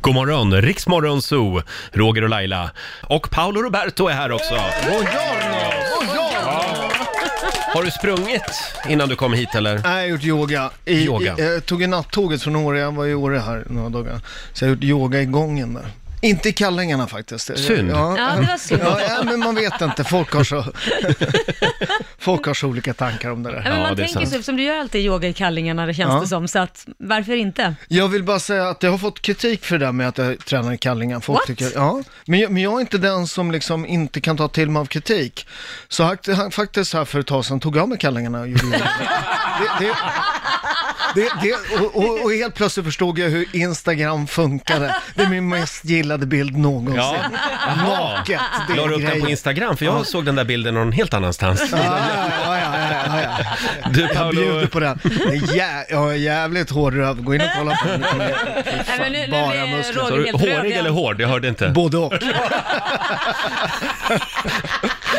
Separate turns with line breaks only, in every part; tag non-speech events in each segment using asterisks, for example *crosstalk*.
God morgon, Riksmorgon Zoo, Roger och Laila. Och Paolo Roberto är här också. Har du sprungit innan du kom hit eller?
Nej, jag har gjort yoga. I,
Yoga.
I, jag tog ju nattåget från Åre, jag var i Åre här några dagar. Så jag har gjort yoga i gången där. Inte i kallingarna faktiskt.
Synd.
Ja,
Ja, det var synd.
ja, ja, men man vet inte. Folk har, så, *laughs* folk har så olika tankar om det där.
Ja, men
Ja,
man
det är
tänker
sant.
så, som du gör alltid yoga i kallingarna, det känns
Ja.
det som, så att varför inte?
Jag vill bara säga att jag har fått kritik för det där med att jag tränar i kallingar. Folk
What?
tycker, ja. men, jag, men jag är inte den som liksom inte kan ta till mig av kritik. Så hakt- han, faktiskt här för ett tag sedan tog jag av mig kallingarna och gjorde yoga. det, det, det, det, och, och, och helt plötsligt förstod jag hur Instagram funkade. Det är min mest gillade bild någonsin.
Ja.
Naket, det
La du
är
upp den på
grejen.
Instagram? För jag såg den där bilden någon helt annanstans.
Ja, ja, ja, ja, ja, ja.
Du
Jag
Paolo,
bjuder på den. Det är jä- Jag är jävligt hårdröv. Gå in och kolla på den.
Nej, men nu, nu
bara
blir
muskler.
sa
Roger
du
helt röd
hårig
igen. *laughs*
eller hård? Jag hörde inte. *laughs*
Både och.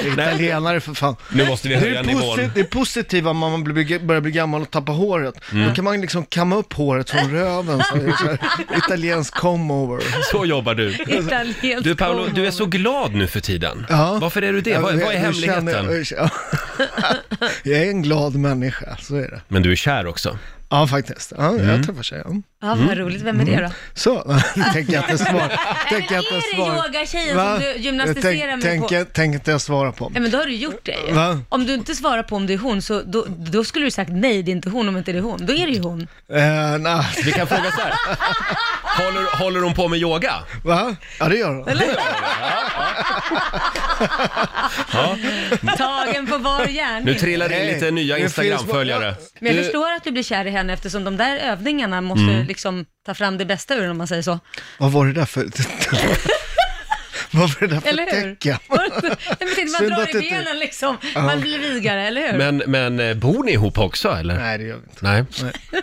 Italienare för fan.
Nu måste vi
Det
höja
är,
nivån.
posi- det är positiva när man blir, börjar bli gammal och tappar håret.
Mm.
Då kan man liksom kamma upp
*laughs*
håret från röven. Så det är så här, italiensk comeover.
Så jobbar
*laughs*
du.
Italiensk
Du Paolo,
kombo.
du är så glad nu för tiden.
Ja.
Varför är du det?
Jag
Vad,
vet-
vad är
jag känner-
hemligheten?
jag- *laughs* jag är en glad människa, så är det.
Men du är kär också.
Ja, faktiskt. Ja,
Mm.
Jag träffar tjejen.
Ja, vad roligt. Vem är det då?
Så, *laughs* tänk jag inte svara.
*laughs*
Tänk jag
men
inte
är det
svara.
yogatjejen
Va?
som du gymnastiserar
tänk,
med
tänk,
på?
jag- Tänk inte jag svara på.
Nej, men då har du gjort det ju.
Va?
Om du inte svarar på om det är hon, så då, då skulle du sagt nej, det är inte hon, om inte det är hon. Då är det ju hon.
Eh, nej,
Vi kan fråga
*laughs*
så här. Håller, håller hon på med yoga?
va? Ja, det gör hon.
*laughs*
Tagen på bar gärning.
Nu trillar det in
Nej,
lite nya
det finns
Instagram-följare.
Men jag
Du-
förstår att du blir kär i henne eftersom de där övningarna måste
Mm.
liksom ta fram det bästa ur den, om man
*laughs*
säger så. *laughs*
Vad var det där för... *laughs* Vad var det där
Eller
för
hur?
tecken?
Nej, men tänk, man
Synd
drar
att
i
det inte-
benen liksom, man blir vigare, eller hur?
Men, men eh, bor ni ihop också eller?
Nej, det gör vi inte.
Nej.
Nej.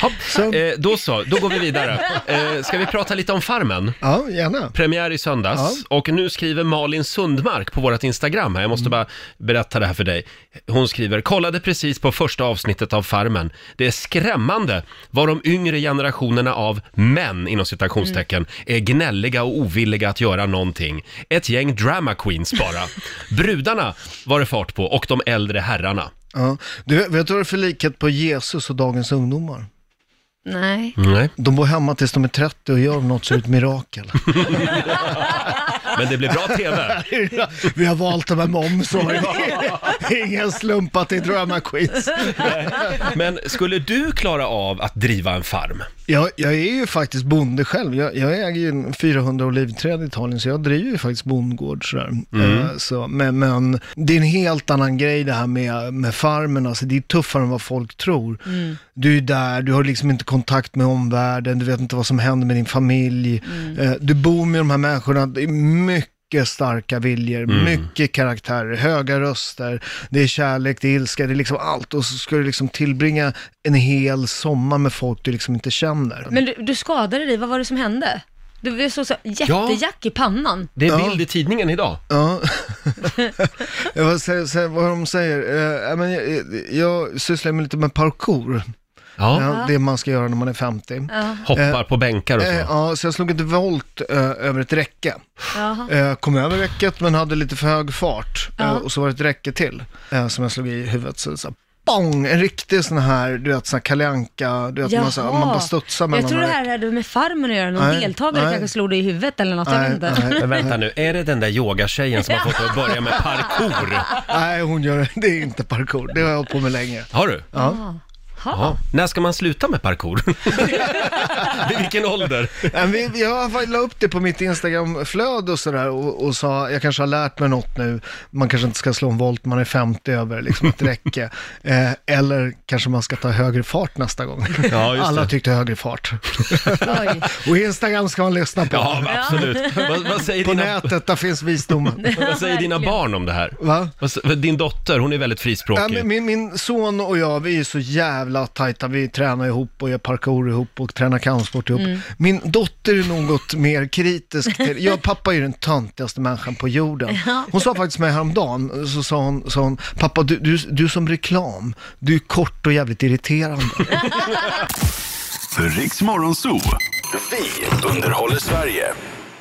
Hopp.
Så-
Eh, då så, då går vi vidare. Eh, ska vi prata lite om Farmen?
Ja, gärna.
Premiär i söndags och nu skriver Malin Sundmark på vårt Instagram här, jag
Mm.
måste bara berätta det här för dig. Hon skriver, kollade precis på första avsnittet av Farmen. Det är skrämmande vad de yngre generationerna av män, inom citationstecken,
Mm.
är gnälliga och ovilliga att göra någonting. Ett gäng drama queens
*laughs*
bara. Brudarna var det fart på och de äldre herrarna.
Ja. Du, vet vet du vad det är för likhet på Jesus och dagens ungdomar?
Nej.
Nej,
De bor hemma tills de är 30 och gör något så är det ett
*laughs*
mirakel.
men det blir bra TV.
vi har valt dem här med
*laughs*
omsorg. Ingen slump att det är drama queens.
Men skulle du klara av att driva en farm?
Jag, jag är ju faktiskt bonde själv. Jag, jag äger ju en 400 olivträd i Italien, så jag driver ju faktiskt bondgård sådär. Eh, så, men, men det är en helt annan grej det här med, med farmen, alltså det är tuffare än vad folk tror. Du är där, du har liksom inte kontakt med omvärlden, du vet inte vad som händer med din familj. Eh, du bor med de här människorna, det är mycket mycket starka viljor, mycket karaktärer, höga röster, det är kärlek, det är ilska, det är liksom allt. Och så ska du liksom tillbringa en hel sommar med folk du liksom inte känner.
Men du, du skadade dig, vad var det som hände? Du blev så, så jättejack i pannan.
Det är
Ja.
bild i tidningen idag.
Ja. *laughs* jag vill säga, säga vad de säger. Eh, ja, men jag, jag sysslar med lite med parkour,
Ja.
ja, det man ska göra när man är 50.
Ja,
Hoppar på bänkar och
Eh,
så.
Ja, så jag slog ett volt eh, över ett räcke.
jaha.
Eh, kom över räcket men hade lite för hög fart.
Ja.
Eh, och så var det ett räcke till eh, som jag slog i huvudet. Så, det så här, bong! En riktig sån här, du vet, sån här Kalle Anka, du vet, man, så här, man bara studsar mellan
Jag tror det
några
här hade med farmen att göra, någon
Nej,
deltagare
nej.
kanske slog dig i huvudet eller något, jag vet
räcken.
inte.
Nej, nej,
Men vänta nu, är det den där yogatjejen som har fått att börja med parkour?
nej, hon gör det. Det är inte parkour. Det har jag hållit på med länge.
Har du?
Ja.
Ja. När ska man sluta med parkour? Vid vilken ålder?
Nej, men vi- Jag la upp det på mitt Instagram-flöde och sådär och, och sa, jag kanske har lärt mig något nu, man kanske inte ska slå en volt när man är 50 över liksom ett räcke.
*laughs*
Eh, eller kanske man ska ta högre fart nästa gång.
Ja, just
Alla
det.
tyckte högre fart.
Oj.
Och Instagram ska man lyssna på.
Ja, absolut. Vad, vad, säger
på
dina,
nätet, där finns visdomen.
vad säger dina
Verkligen.
barn om det här?
Va?
Vad s- vad- Din dotter, hon är väldigt
Ja,
frispråkig.
men min, min son och jag, vi är så jävla tajta. Vi tränar ihop och gör parkour ihop och tränar kampsport ihop. Min dotter är något mer kritisk till... Jag pappa är ju den töntigaste människan på jorden. Hon sa faktiskt mig häromdagen, så sa hon, sa hon pappa du, du, du är som reklam, du är kort och jävligt irriterande.
Riks Morgonzoo. Vi underhåller Sverige.